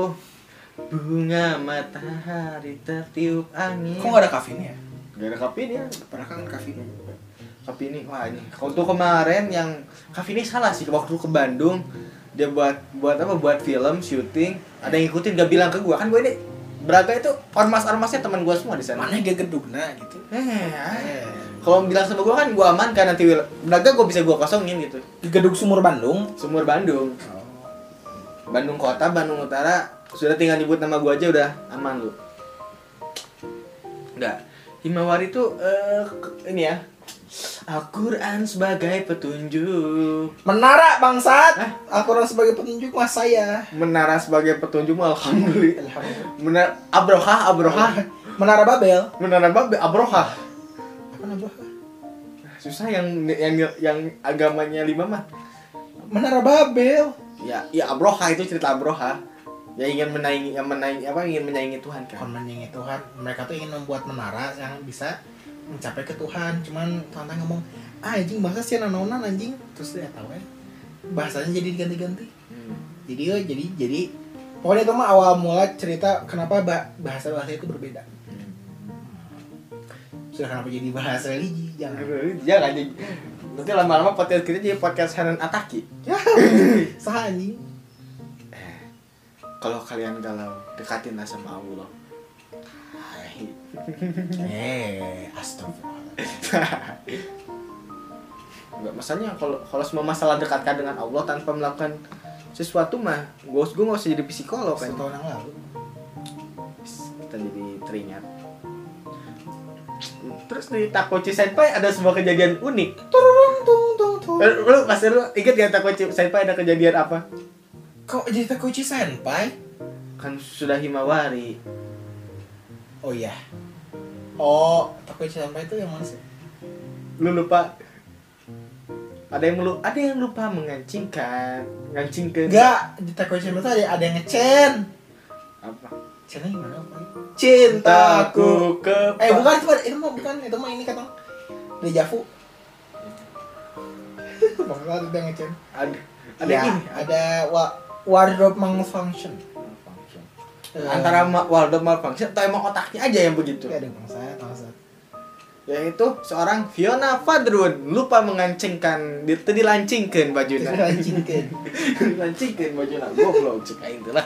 bunga matahari tertiup angin
Kok nggak ada kafinnya ya?
Gak ada kafe ini ya
Padahal kan kafinnya.
Kafe ini wah ini Kalau tuh kemarin yang Kafe ini salah sih waktu ke Bandung Dia buat buat apa buat film syuting Ada yang ngikutin gak bilang ke gua kan gua ini Braga itu ormas-ormasnya teman gua semua di sana.
Mana dia gedugna gitu.
Eh, ah.
Eh,
kalau bilang sama gua kan gua aman kan nanti wil- Braga gua bisa gua kosongin gitu.
Di gedung sumur Bandung.
Sumur Bandung,
Oh.
Bandung Kota, Bandung Utara sudah tinggal nyebut nama gua aja udah aman lu. Enggak. Himawari itu eh, ke- ini ya. Al-Qur'an sebagai petunjuk.
Menara bangsat. Aku orang sebagai petunjuk mas saya.
Menara sebagai petunjuk alhamdulillah. Menara Abrohah, Abrohah.
Menara Babel.
Menara Babel Abrohah.
Apa nama?
Susah yang yang yang agamanya lima mah.
Menara Babel.
Ya, ya Abrohah itu cerita Abrohah. Ya ingin menaingi yang menaingi apa ingin menyaingi Tuhan
Bukan
kan.
menyanyi Tuhan. Mereka tuh ingin membuat menara yang bisa mencapai ke Tuhan. Cuman Tuhan teh ngomong, ah anjing bahasa sih nanonan anjing. Terus dia tahu ya. Bahasanya jadi diganti-ganti.
Hmm.
Jadi ya jadi jadi pokoknya itu mah awal mula cerita kenapa bahasa bahasa itu berbeda. Sudah kenapa jadi bahasa religi? Jangan.
Jangan kan jadi nanti lama-lama podcast kita jadi podcast Hanan Ataki.
Sah anjing.
Kalau kalian galau, dekatinlah sama Allah. Hai.
Eh, astagfirullah.
Enggak masalahnya kalau kalau semua masalah dekatkan dengan Allah tanpa melakukan sesuatu mah, gue gue nggak usah jadi psikolog kan.
Setahun yang lalu.
Kita jadi teringat. Terus di Takochi Senpai ada sebuah kejadian unik.
Turun tung tung tung.
Eh, Lu pasti lu inget gak Takochi Senpai ada kejadian apa?
Kok jadi Takuchi senpai?
Kan sudah Himawari.
Oh iya. Oh, Takuchi senpai itu yang mana sih?
lu lupa ada yang lu ada yang lupa mengancingkan mengancingkan
Enggak, di Takuchi senpai itu ada, ada yang ngecen.
apa
Cennya gimana? Pak?
cintaku ke
Eh, bukan itu, itu mah bukan, itu mah ini kan, kata Dejavu. Maksudnya ada yang ngecen.
ada ada
Ada ya,
ini
ada wa wardrobe malfunction.
malfunction.
Eh,
antara ma- Waldo malfunction atau emang otaknya aja yang begitu
itu ada bang saya tahu saya.
yaitu seorang Fiona Fadrun lupa mengancingkan dia tadi
Itu
lancingkan bajunya
dilancingkan.
lancingkan bajunya goblok cek aing teh lah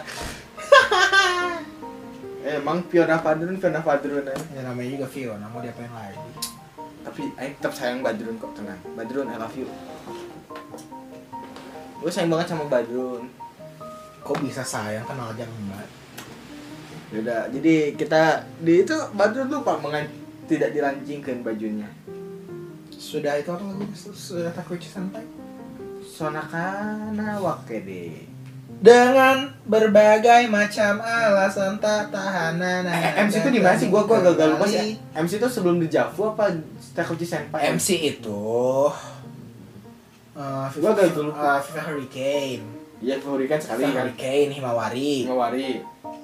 Eh, emang Fiona Fadrun Fiona Fadrun eh.
Ya namanya juga Fiona, mau diapain lagi?
tapi aing tetap sayang Badrun kok tenang Badrun I love you gue sayang banget sama Badrun
Kok bisa sayang kenal aja mbak?
Yaudah, jadi kita di itu Badrun lupa mengan tidak dilancingkan bajunya.
Sudah itu apa lagu? Sudah takuichi santai?
Sonakana wakede.
Dengan berbagai macam alasan tak tahanan.
Eh, MC
nah,
itu di mana sih? Gua gua gagal lupa sih. MC itu sebelum di Javu apa Takuchi Senpai?
MC itu eh
Gua agak
eh,
lupa.
FIFA Hurricane,
Ya Hurricane sekali
FIFA
kan.
Hurricane, Himawari,
Ngawari.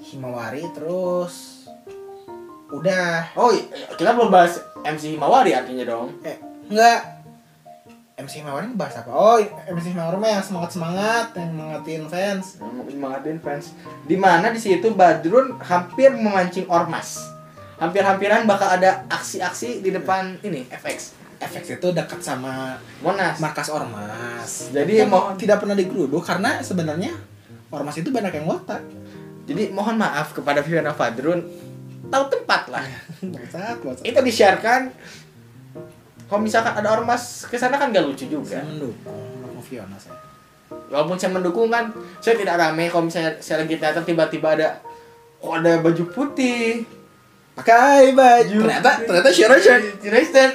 Himawari terus udah
Oh, i- kita belum bahas MC Himawari artinya dong.
eh enggak MC Himawari bahas apa? Oh MC Himawari mah yang semangat semangat yang mengatin fans.
Mengatin fans. Di mana di situ Badrun hampir memancing ormas. Hampir-hampiran bakal ada aksi-aksi di depan ini FX.
Efek itu dekat sama
Monas.
markas ormas.
Jadi
Dan
mau-
tidak pernah digeruduk karena sebenarnya ormas itu banyak yang ngotak.
Jadi mohon maaf kepada Fiona Badrun tahu tempat lah.
Bangsat, bangsat.
itu disiarkan kalau misalkan ada ormas ke sana kan gak lucu juga
Saya mendukung, mendukung Fiona saya.
walaupun saya mendukung kan saya tidak rame kalau misalnya saya lagi teater tiba-tiba ada kok ada baju putih
Pakai baju.
Ternyata-
ternyata Fiona
Reset.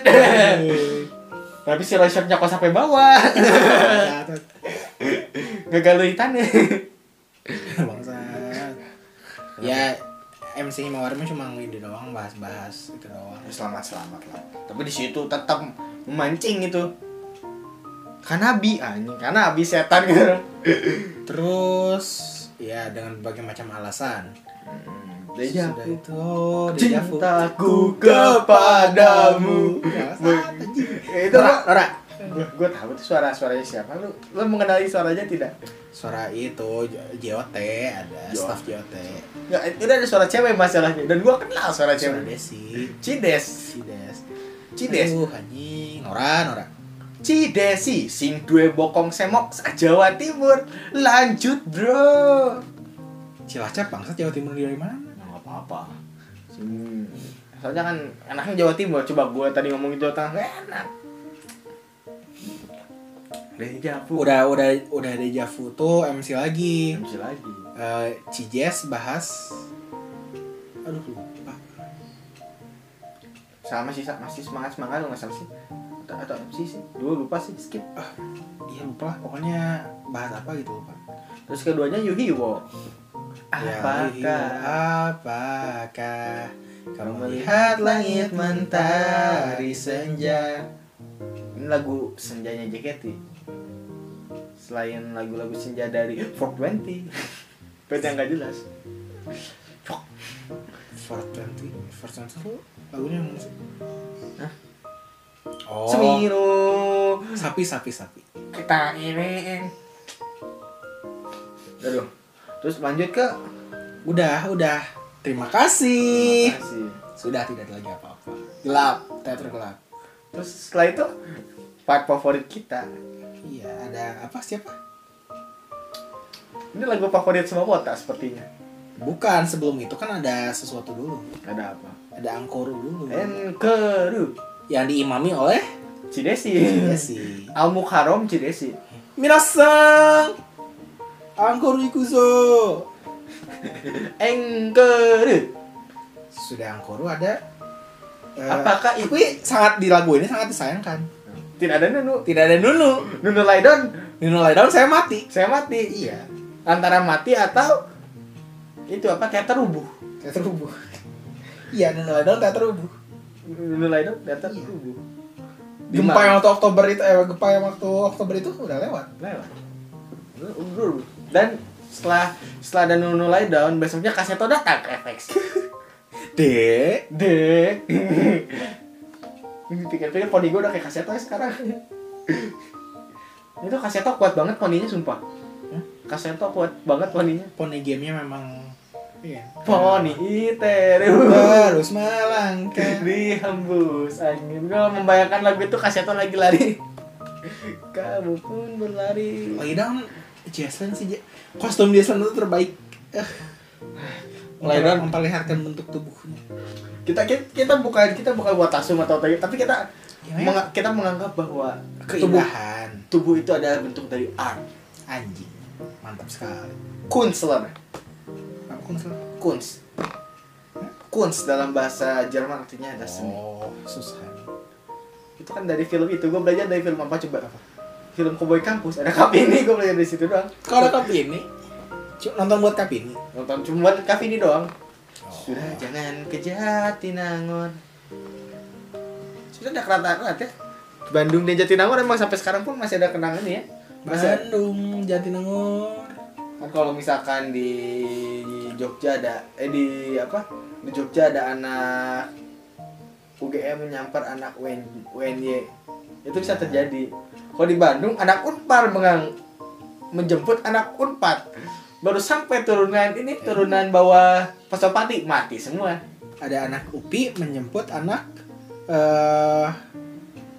tapi si Royshot nyokot sampai bawah gagal luitan
Bangsat. Ya MC Mawarmi cuma ngide doang bahas-bahas itu doang.
selamat selamat lah tapi di situ tetap memancing itu karena bi anjing karena abi setan gitu
Terus ya dengan berbagai macam alasan.
Deja
Sudah
vu.
itu oh, dejavu.
cintaku kepadamu Ya,
Bangsat, Ya, anjing.
itu
Nora,
Pak.
Nora.
gue gue tahu tuh suara suaranya siapa lu lu mengenali suaranya tidak
Suara itu J- JOT ada
JOT.
staff JOT.
nggak itu ada suara cewek masalahnya dan gue kenal suara
Suara
cewek
Desi.
cides
Cides.
cides
Aduh, anjing. Nora, Nora.
cidesi sing dua bokong semok sa Jawa Timur lanjut bro
Cilacap bangsa Jawa Timur dari mana?
nggak apa apa soalnya kan anaknya Jawa Timur coba gue tadi ngomongin Jawa Tengah nggak enak Deja vu
Udah udah udah dejavu tuh MC lagi.
MC lagi
Eh, Cijes bahas aduh lupa
sama sih Sa. masih semangat semangat lu nggak sama sih atau, atau MC sih dua lupa sih skip
iya lupa lah, pokoknya bahas apa gitu lupa
Terus keduanya Yuhiwo.
iya,
Apakah
apakah kamu melihat langit mentari senja
ini lagu senjanya JKT? Selain lagu-lagu senja dari 420. Band yang gak jelas.
420 420 tuh lagunya yang musik
Hah?
oh
Semino
sapi sapi sapi
kita ini. Aduh. Terus lanjut ke
udah udah terima kasih
Makasih.
sudah tidak ada lagi apa-apa gelap teater gelap
Terus setelah itu part favorit kita.
iya ada apa siapa
Ini lagu favorit semua kota sepertinya.
bukan sebelum itu kan ada sesuatu dulu
Ada apa?
ada angkoru dulu
Enkeru
yang diimami oleh
Cidesi.
Iya. Desi
Al Mukharom Cidesi.
Minasang angkoru ikuzo
Engkeru.
sudah angkoru ada eh,
Apakah itu
tapi sangat di lagu ini sangat disayangkan
tidak ada Nunu?
tidak ada Nunu
Nunu Laidon,
Nunu lay down saya mati
saya mati.
iya
Antara mati atau itu apa teater rubuh.
teater rubuh iya Nunu lay down teater rubuh
Nunu Laidon teater
Iya.
rubuh. Di
gempa
mana?
yang waktu Oktober itu eh gempa yang waktu Oktober itu udah lewat
lewat. Rubuh. Dan setelah setelah ada Nunu Laidon, besoknya Kaseto datang ke FX.
dek
Dek. Pikir-pikir poni gue udah kayak Kaseto ya sekarang. itu Kaseto kuat banget poninya sumpah.
Hah?
Kaseto kuat banget poninya.
poni gamenya memang iya
Poni iteru.
terus melangkah
dihembus angin gue membayangkan lagu itu kaseto lagi lari kamu pun berlari
lagi dong Jaslyn sih Ja- kostum Jaslyn itu terbaik Eh.
Laidan.
memperlihatkan bentuk tubuhnya
kita kita, kita bukan kita bukan buat asum atau apa tapi kita
Gimana ya?
menga- kita menganggap bahwa tubuh
keindahan
tubuh itu adalah bentuk dari art
Anjing. Mantap sekali.
Kunstler.
Apa Kunstler?
Kunst. Kunst dalam bahasa Jerman artinya ada seni.
Oh, susah.
Itu kan dari film itu. Gue belajar dari film apa coba? Film Cowboy Kampus. Ada kap ini gue belajar dari situ doang.
Kalau ada kopi ini, cu- nonton buat kopi
Oh.
ini.
Nonton cuma buat kap ini doang. Sudah jangan ke Jatinangor. Sudah ada kereta-kereta ya. Bandung dan Jatinangor emang sampai sekarang pun masih ada kenangan ya. Masih
Bandung, Jatinangor.
Kan kalau misalkan di Jogja ada eh di apa? Di Jogja ada anak UGM menyampar anak UN, UNY. Itu bisa terjadi. Kalau di Bandung anak Unpar mengang menjemput anak Unpar. Baru sampai turunan ini turunan bawah Pasopati mati semua.
Ada anak UPI menjemput anak eh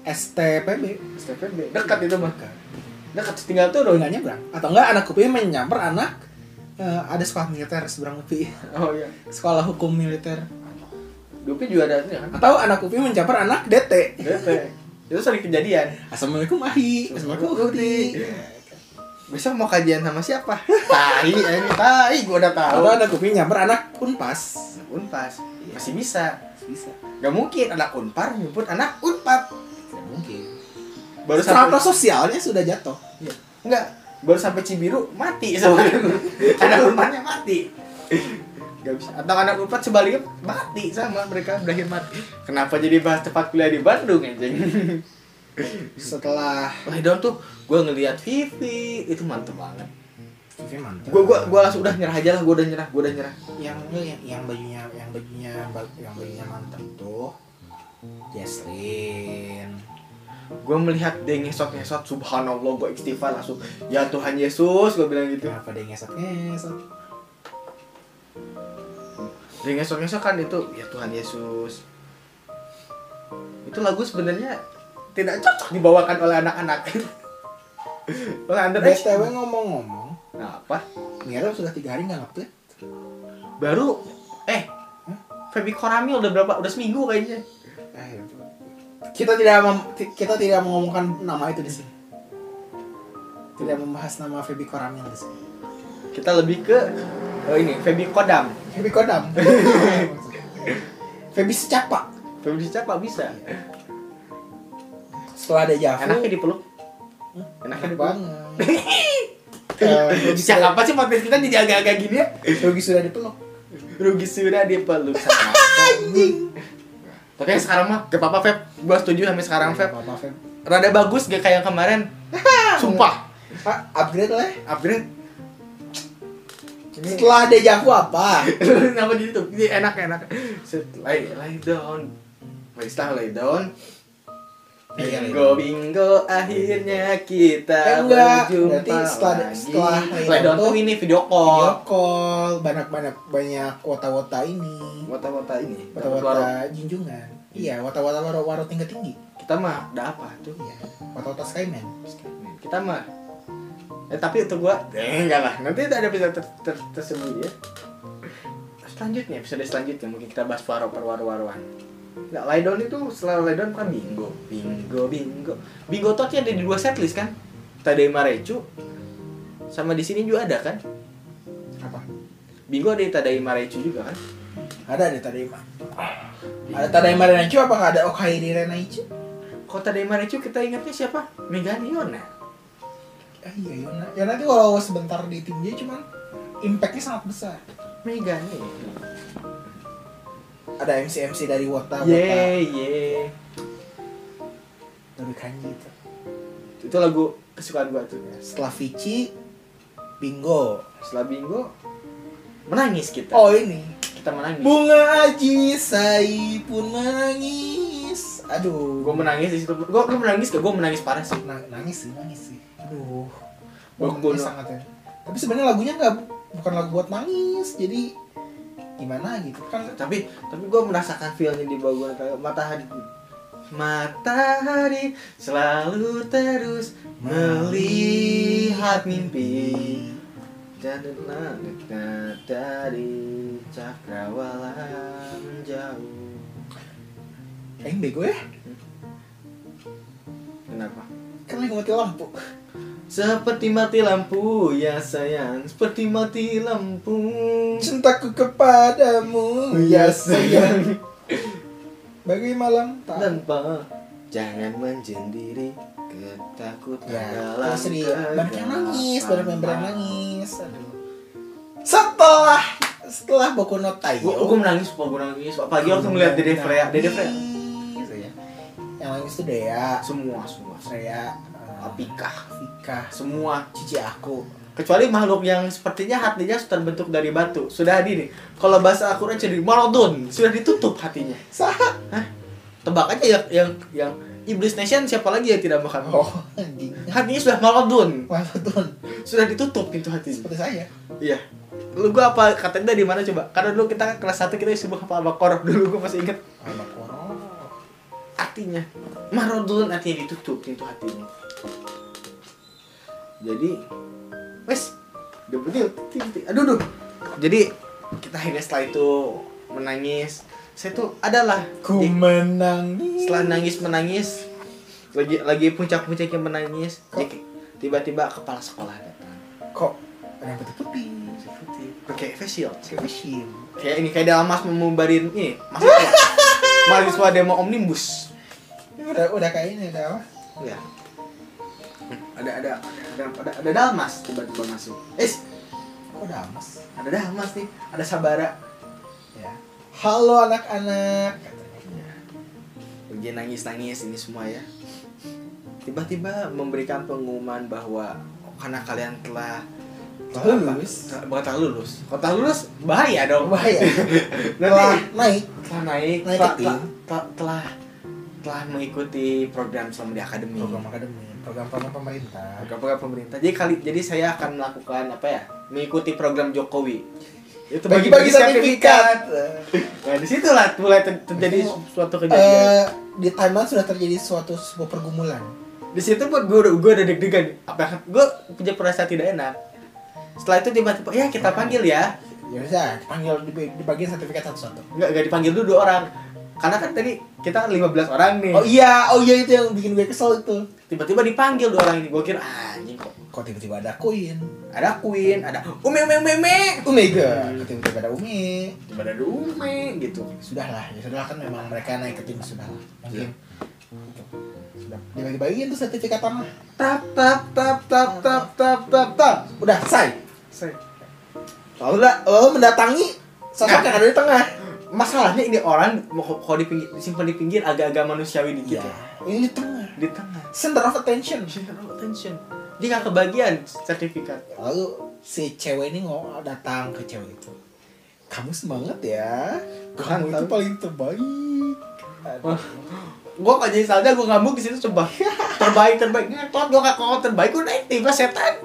STPB.
STPB dekat itu mah. Dekat tinggal turun.
Enggaknya berang. Atau enggak anak UPI menyamper anak eh, ada sekolah militer seberang UPI.
Oh iya.
Sekolah hukum militer.
Dupi juga ada itu ya kan.
Atau anak UPI menjamper anak DT.
DP. Itu sering kejadian.
Assalamualaikum Ahi.
Assalamualaikum,
Assalamualaikum Uti.
Besok mau kajian sama siapa? tai, ini tai, gua udah tahu.
Atau anak UPI nyamper anak Unpas.
Unpas masih bisa.
Bisa.
Gak mungkin anak unpar nyebut anak unpad.
Tidak mungkin.
Baru
Strata
sampai
sosialnya sudah jatuh.
enggak, baru sampai Cibiru mati soalnya. anak unpadnya mati. Gak bisa. Atau anak unpad sebaliknya mati sama mereka berakhir mati. Kenapa jadi bahas tempat kuliah di Bandung anjing?
Setelah
Wah, dong tuh gua ngelihat Vivi itu mantep banget.
mantap.
Gua gua gua langsung udah nyerah aja lah, gua udah nyerah, gua udah nyerah.
yang yang, yang bajunya yang bajunya yang bajunya mantap tuh Jaslin
Gua melihat dia ngesot-ngesot subhanallah gua istighfar langsung. Ya Tuhan Yesus, gua bilang gitu.
kenapa dia ngesot ngesot
Dia ngesok-ngesok kan itu ya Tuhan Yesus. Itu lagu sebenarnya tidak cocok dibawakan oleh anak-anak. oleh underage.
btw ngomong-ngomong
Nah, apa?
Mira sudah tiga hari nggak ngupload
Baru eh Feby Korami udah berapa? Udah seminggu kayaknya.
eh, itu. kita tidak mem- ti- kita tidak mengomongkan nama itu di sini tidak membahas nama Feby Koramil di sini
Kita lebih ke oh ini Feby Kodam.
Feby Kodam Feby Secapa
Feby siapa bisa?
setelah ada Javu
Enaknya dipeluk. Enaknya
enak
dipeluk.
banget Eh, Rugi
Sejak
sudah-
kapan sih podcast kita jadi agak-agak gini ya?
Rugi sudah dipeluk
Rugi sudah dipeluk sama anjing. Tapi yang sekarang mah gak apa-apa Feb. Gua setuju sama yang sekarang Feb.
apa Feb
rada bagus gak kayak yang kemarin sumpah
Ah, upgrade lah
upgrade ini
Setelah ada Javu apa?
kenapa gitu ini enak enak Set, lay lay down lay down lay down Bingo bingo akhirnya
Eh,
kita
enggak.
berjumpa
Berarti setelah-
lagi.
setelah lay
lay down
down
tuh
tuh
ini video
Video
call
call, banyak-banyak banyak wota-wota ini.
wata-wata ini Wata-wata.
Wota-wota junjungan. Iya, wota-wota waro waro tingkat tinggi.
kita mah ada apa tuh
Iya. Wota-wota Skyman.
kita mah eh tapi untuk gua eh, enggak lah nanti ada episode ter ter tersembunyi ya selanjutnya episode selanjutnya mungkin kita bahas waro perwaro waruan nggak lay down itu setelah lay down kan bingo bingo bingo bingo totnya ada di dua setlist kan Tadai Marecu sama di sini juga ada kan
Apa?
bingo ada di Tadai Marecu juga kan
Ada ada Tadaima. Ada Tadaima Renaichu apakah ada Okairi Renaichu?
kalau Tadai Marecu kita ingatnya siapa ya? Megane Yona
Ah iya Yona. Ya nanti kalau sebentar di tim dia cuman impactnya sangat besar.
Megane
Ada MC MC dari
Iya.
wota wota.
ye ye
Lebih keren gitu.
itu lagu kesukaan gua tuh
Setelah Vici, Bingo.
Setelah bingo menangis kita.
Oh ini.
Kita menangis.
Bunga Aji Sai pun menangis. Aduh,
Gue menangis di situ. Gue lu menangis gak? Gue menangis parah sih.
Na- nangis sih, nangis sih. Aduh,
Gua
momennya
kuno.
sangat ya. Tapi sebenarnya lagunya nggak bu- bukan lagu buat nangis, jadi gimana gitu kan?
Tapi tapi gue merasakan feelnya di bawah gua. kayak matahari. Matahari selalu terus melihat mimpi dan langitnya dari cakrawala menjauh.
Aing eh, bego ya,
Kenapa?
kan lagi mati lampu.
Seperti mati lampu ya sayang Seperti mati lampu
Cintaku kepadamu ya
Iya
sayang Bagi malam tak
Tanpa Jangan menjendiri Ketakutan
Ya,
dalam
terus nih, banyak yang nangis, banyak member yang
kegelapan.
nangis Aduh. Setelah setelah Boku no Taiyo
Gua, gua menangis, gua gua nangis Apalagi waktu ngeliat Dede Freya Dede Freya
Nangis aja. Yang nangis tuh Dea
Semua, semua
Freya eh,
Apikah
Fika
Semua
Cici aku
Kecuali makhluk yang sepertinya hatinya terbentuk dari batu Sudah hadir nih Kalau bahasa akurat jadi Maradon Sudah ditutup hatinya
Sah
Tebak aja yang, yang, yang Iblis Nation siapa lagi yang tidak makan
Oh anjingnya
Hatinya sudah maradun
Wah betul
Sudah ditutup pintu hatinya
Seperti saya
Iya Lu gua apa katanya dari mana coba? Karena dulu kita kan kelas 1 kita disuruh hafal Al-Baqarah dulu gua masih inget
Anak orang
artinya marodun artinya ditutup pintu hatinya jadi wes udah bedil aduh duh jadi kita akhirnya setelah itu menangis saya tuh adalah
Ku
Jadi,
menangis
setelah nangis menangis lagi lagi puncak-puncaknya menangis
Kok?
jadi tiba-tiba kepala sekolah datang
Kok Rambut kepi
Seperti- pakai face shield
Siapa sih?
kayak ini kayak dalam mas membarin ini mahasiswa mahasiswa demo omnibus
Ini udah udah kayak ini udah apa?
Ya. Ada ada ada ada ada Dalmas tiba-tiba masuk. Eh,
Kok damas?
ada Dalmas nih, ada Sabara.
Ya. Iya. Halo anak-anak.
Dia nangis-nangis ini semua ya. Tiba-tiba memberikan pengumuman bahwa karena kalian telah
Telah
apa?
lulus.
Telah- bukan telah lulus. Kalau telah lulus bahaya dong.
Bahaya. Telah
Nanti
naik.
telah naik,
Naik
telah,
keting.
telah, telah- telah telah mengikuti program selama di akademi.
Program akademi, program-program pemerintah.
program pemerintah. Jadi kali jadi saya akan melakukan apa ya? Mengikuti program Jokowi. Itu
Bagi-bagi sertifikat.
Nah, disitulah mulai ter- terjadi
Itu,
suatu kejadian.
Eh, di timeline sudah terjadi suatu sebuah pergumulan.
di situ pun gue udah, gue udah deg-degan. Apa gue punya perasaan tidak enak. Setelah itu tiba-tiba ya kita panggil ya.
Ya udah, dipanggil di, di bagian sertifikat satu-satu.
Enggak enggak dipanggil dulu dua orang. Karena kan tadi kita 15 orang nih.
Oh iya, oh iya itu yang bikin gue kesel itu.
Tiba-tiba dipanggil dua orang ini. Gue kira "Ah, anjing kok.
Kok tiba-tiba ada Queen?
Ada Queen, ada Ume Ume Ume Ume.
Omega, kok tiba-tiba ada Umi?
Tiba-tiba ada Ume gitu.
sudahlah ya sudahlah kan memang mereka naik ke tim sudahlah mungkin sudah dibagi-bagiin tuh sertifikat tanah
Tap tap tap tap tap tap tap tap.
udah selesai
Saya
lalu udah lalu mendatangi sosok yang ada di tengah
masalahnya ini orang mau kalau di pinggir disimpan di pinggir agak-agak manusiawi dikit
Iya,
ya.
ini di tengah
di tengah
center of attention
center of attention dia nggak kebagian sertifikat
lalu si cewek ini ngomong datang ke cewek itu kamu semangat ya kamu itu
Mantap.
paling terbaik Aduh.
Wah. gue nggak jadi salda gue ngamuk di situ coba terbaik terbaik ngetot gue nggak kalau terbaik gue naik tiba setan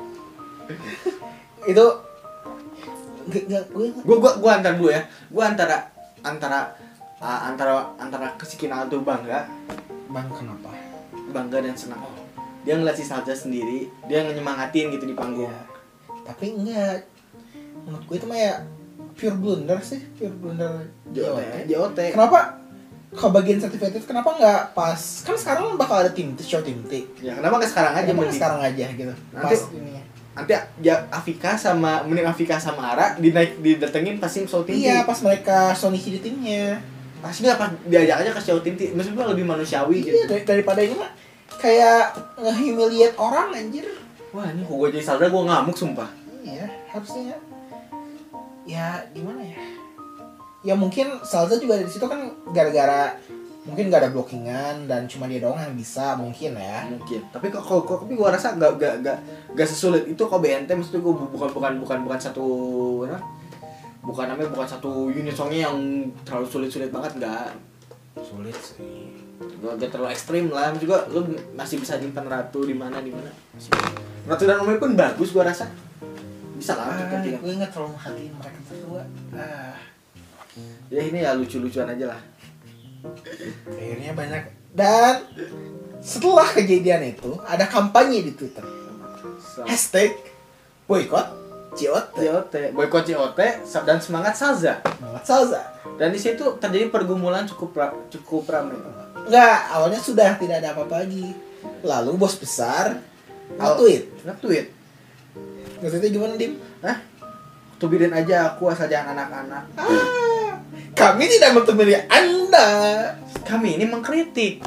itu gak, gak, gue
gue gue gue antar dulu ya gue antara antara ah, antara antara kesikinan tuh bangga
bang kenapa
bangga dan senang oh, dia ngeliat si salda sendiri dia nyemangatin gitu di panggung
Iya. Tapi enggak. Menurut gue itu mah ya pure blunder sih, pure blunder
JOT
JOT.
JOT
Kenapa kalau bagian sertifikat itu kenapa enggak pas kan sekarang bakal ada tim T, show tim T.
ya kenapa nggak sekarang aja
Kenapa nggak
mending
sekarang aja gitu.
Nanti-
pas ini.
nanti ya Afika sama mending Afika sama Ara dinaik didatengin pasti show tim
Iya, pas mereka Sonichi di timnya.
pasti apa diajak aja ke show tim tim maksud gua lebih manusiawi
Iya,
gitu
dari- daripada ini mah kayak ngehumiliate orang anjir.
wah ini kok gue jadi saudara gue ngamuk sumpah
Iya, harusnya ya gimana ya? Ya mungkin Salza juga dari situ kan gara-gara mungkin gak ada blockingan dan cuma dia doang yang bisa mungkin ya.
mungkin tapi kok kok kok- tapi gue rasa gak gak gak gak sesulit itu kok BNT maksudnya gue bukan bukan bukan bukan satu apa? bukan namanya bukan satu unit songnya yang terlalu sulit sulit banget nggak
Sulit sih.
nggak nggak terlalu ekstrim lah Maksud juga lu masih bisa nyimpan ratu di mana di mana Masih. ratu dan Umi pun bagus gue rasa bisa lah
Ah,
untuk kepentingan
gue nggak terlalu menghargai mereka berdua. Ah,
ya ini ya lucu-lucuan aja lah
akhirnya banyak dan setelah kejadian itu ada kampanye di Twitter.
So,
Hashtag boykot JOT
COT, boykot COT dan semangat Salza.
Muhammad Salza.
Dan di situ terjadi pergumulan cukup ra- cukup ramai.
Enggak, awalnya sudah tidak ada apa-apa lagi. Lalu bos besar Nge-tweet.
nge-tweet
Maksudnya gimana, Dim?
Hah? Tubirin aja aku asal jangan anak-anak
Ah, kami tidak menemani Anda.
Kami ini mengkritik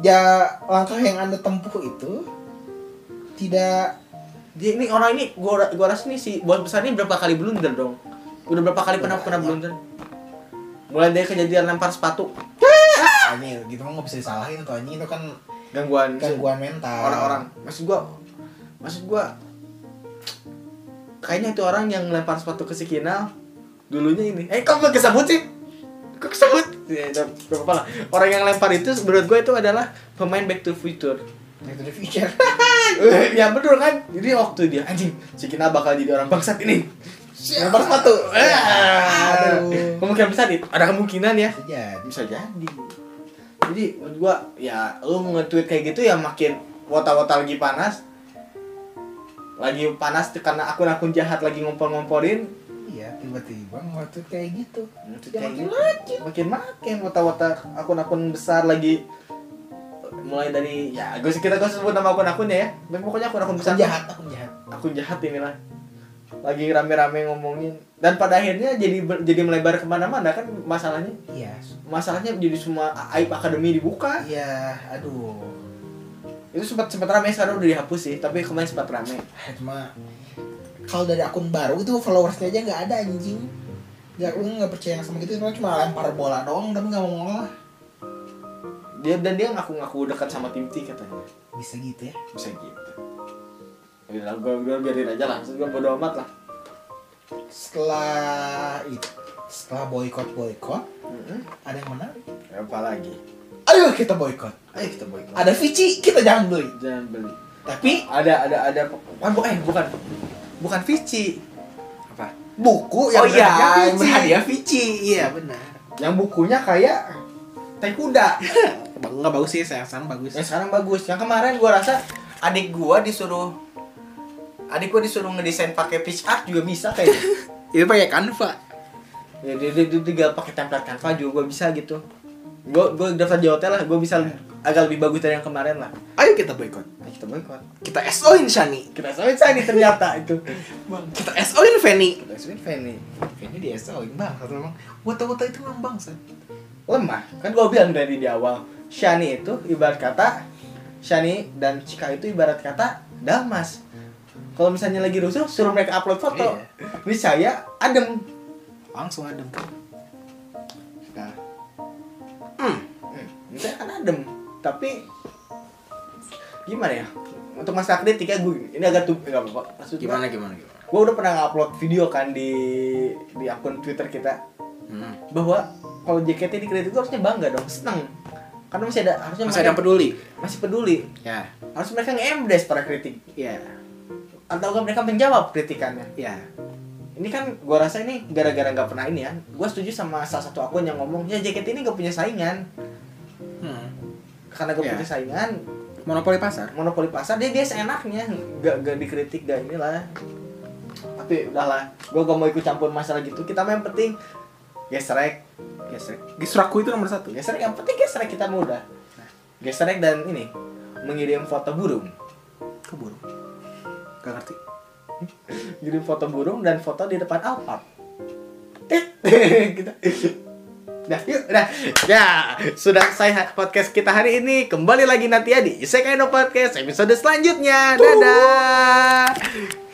Ya, langkah yang Anda tempuh itu tidak
Dia ini orang ini gua gua rasa nih si bos besar ini berapa kali blunder dong. Udah berapa kali pernah pernah blunder? Mulai dari kejadian lempar sepatu,
aneh gitu kan nggak bisa disalahin tuh anjing itu kan
gangguan
gangguan mental
orang-orang. Maksud gua maksud gua kayaknya itu orang yang lempar sepatu ke si Kinal dulunya ini. Eh, kok gak kesebut sih? Kok kesebut? Ya, udah, gak apa-apa lah. Orang yang lempar itu menurut gua itu adalah pemain Back to Future.
Back to the future
Eh, ya betul kan? Jadi waktu dia anjing, si Kinal bakal jadi orang bangsat ini.
nomor satu
Ah,
aduh
Eh, kemungkinan besar nih. Ada kemungkinan ya.
Bisa jadi
Bisa jadi. Jadi menurut gua ya lu nge-tweet kayak gitu ya makin wota-wota lagi panas. Lagi panas tuh karena akun-akun jahat lagi ngompol-ngompolin.
iya tiba-tiba waktu kayak gitu
Nge-tweet
ya
kayak
makin
gitu.
makin
Makin makin wota-wota akun-akun besar lagi mulai dari ya gue kita gak usah sebut nama akun-akunnya ya. Dan pokoknya akun-akun besar
aku jahat aku jahat
akun jahat inilah lagi rame-rame ngomongin dan pada akhirnya jadi ber- jadi melebar kemana-mana kan masalahnya
iya
masalahnya jadi semua a- aib akademi dibuka
iya aduh
itu sempat sempat rame sekarang udah dihapus sih tapi kemarin sempat rame
Ah, cuma kalau dari akun baru itu followersnya aja nggak ada anjing nggak lu nggak percaya sama gitu cuma cuma lempar bola doang tapi nggak mau ngolah
dia dan dia ngaku-ngaku dekat sama tim T katanya
bisa gitu ya
bisa gitu Ya udah gue gue biarin aja lah gue bodo amat lah
setelah itu setelah boykot boykot ada yang menarik
Ya, apa lagi
ayo kita boykot
ayo kita boy
ada Vici kita jangan beli
jangan beli
tapi
ada ada ada bukan bukan bukan bukan Vici apa
buku yang
Oh iya,
berhadiah
yang
Vici.
berhadiah
Vici iya benar
yang bukunya kayak teh kuda
nggak bagus sih saya saran bagus
Yang sekarang bagus. Yang kemarin gua rasa adik gua disuruh adik gua disuruh ngedesain pakai PixArt juga bisa kayaknya.
itu pakai Canva
ya dia dia, dia, dia pakai template Canva juga gua bisa gitu. Gua gua daftar JOT lah, gua bisa agak lebih bagus dari yang kemarin lah.
ayo kita boykot
Hmm. Nah, kita boikot.
kita SO-in Shani
Kita soin saya nih ternyata itu.
kita SO-in Feni
Kita soin Fanny.
Feni di SO-in bang memang wata-wata itu memang bangsa
Lemah. Kan gua bilang dari di awal, Shani itu ibarat kata Shani dan Cika itu ibarat kata Dalmas. Kalau misalnya lagi rusuh, suruh mereka upload foto. Ini saya adem,
langsung adem
Nah. Hmm. Itu kan adem. Tapi gimana ya? Untuk masalah kritik ya gue ini agak tuh enggak apa-apa. Maksud gua-
gimana gimana
Gua udah pernah upload video kan di di akun Twitter kita
hmm.
bahwa kalau JKT dikritik tuh harusnya bangga dong, seneng. Karena masih ada harusnya mereka-
peduli
masih peduli.
ya
Harus mereka nge-embrace para kritik
ya
atau enggak mereka menjawab kritikannya.
ya
ini kan gua rasa ini gara-gara nggak pernah ini ya gua setuju sama salah satu akun yang ngomong ya JKT ini gak punya saingan
hmm.
karena gak
Iya.
punya saingan
monopoli pasar
monopoli pasar dia dia seenaknya gak, gak dikritik gak inilah tapi udahlah gua gak mau ikut campur masalah gitu kita mah yang penting gesrek gesrek
Gisraku itu nomor satu
gesrek yang penting gesrek kita mudah gesrek dan ini mengirim foto burung
keburu gak ngerti
kirim foto burung dan foto di depan Alphard. Eh, kita Nah, yuk, nah. Ya, sudah selesai podcast kita hari ini. Kembali lagi nanti ya di Isekai no Podcast episode selanjutnya. Dadah.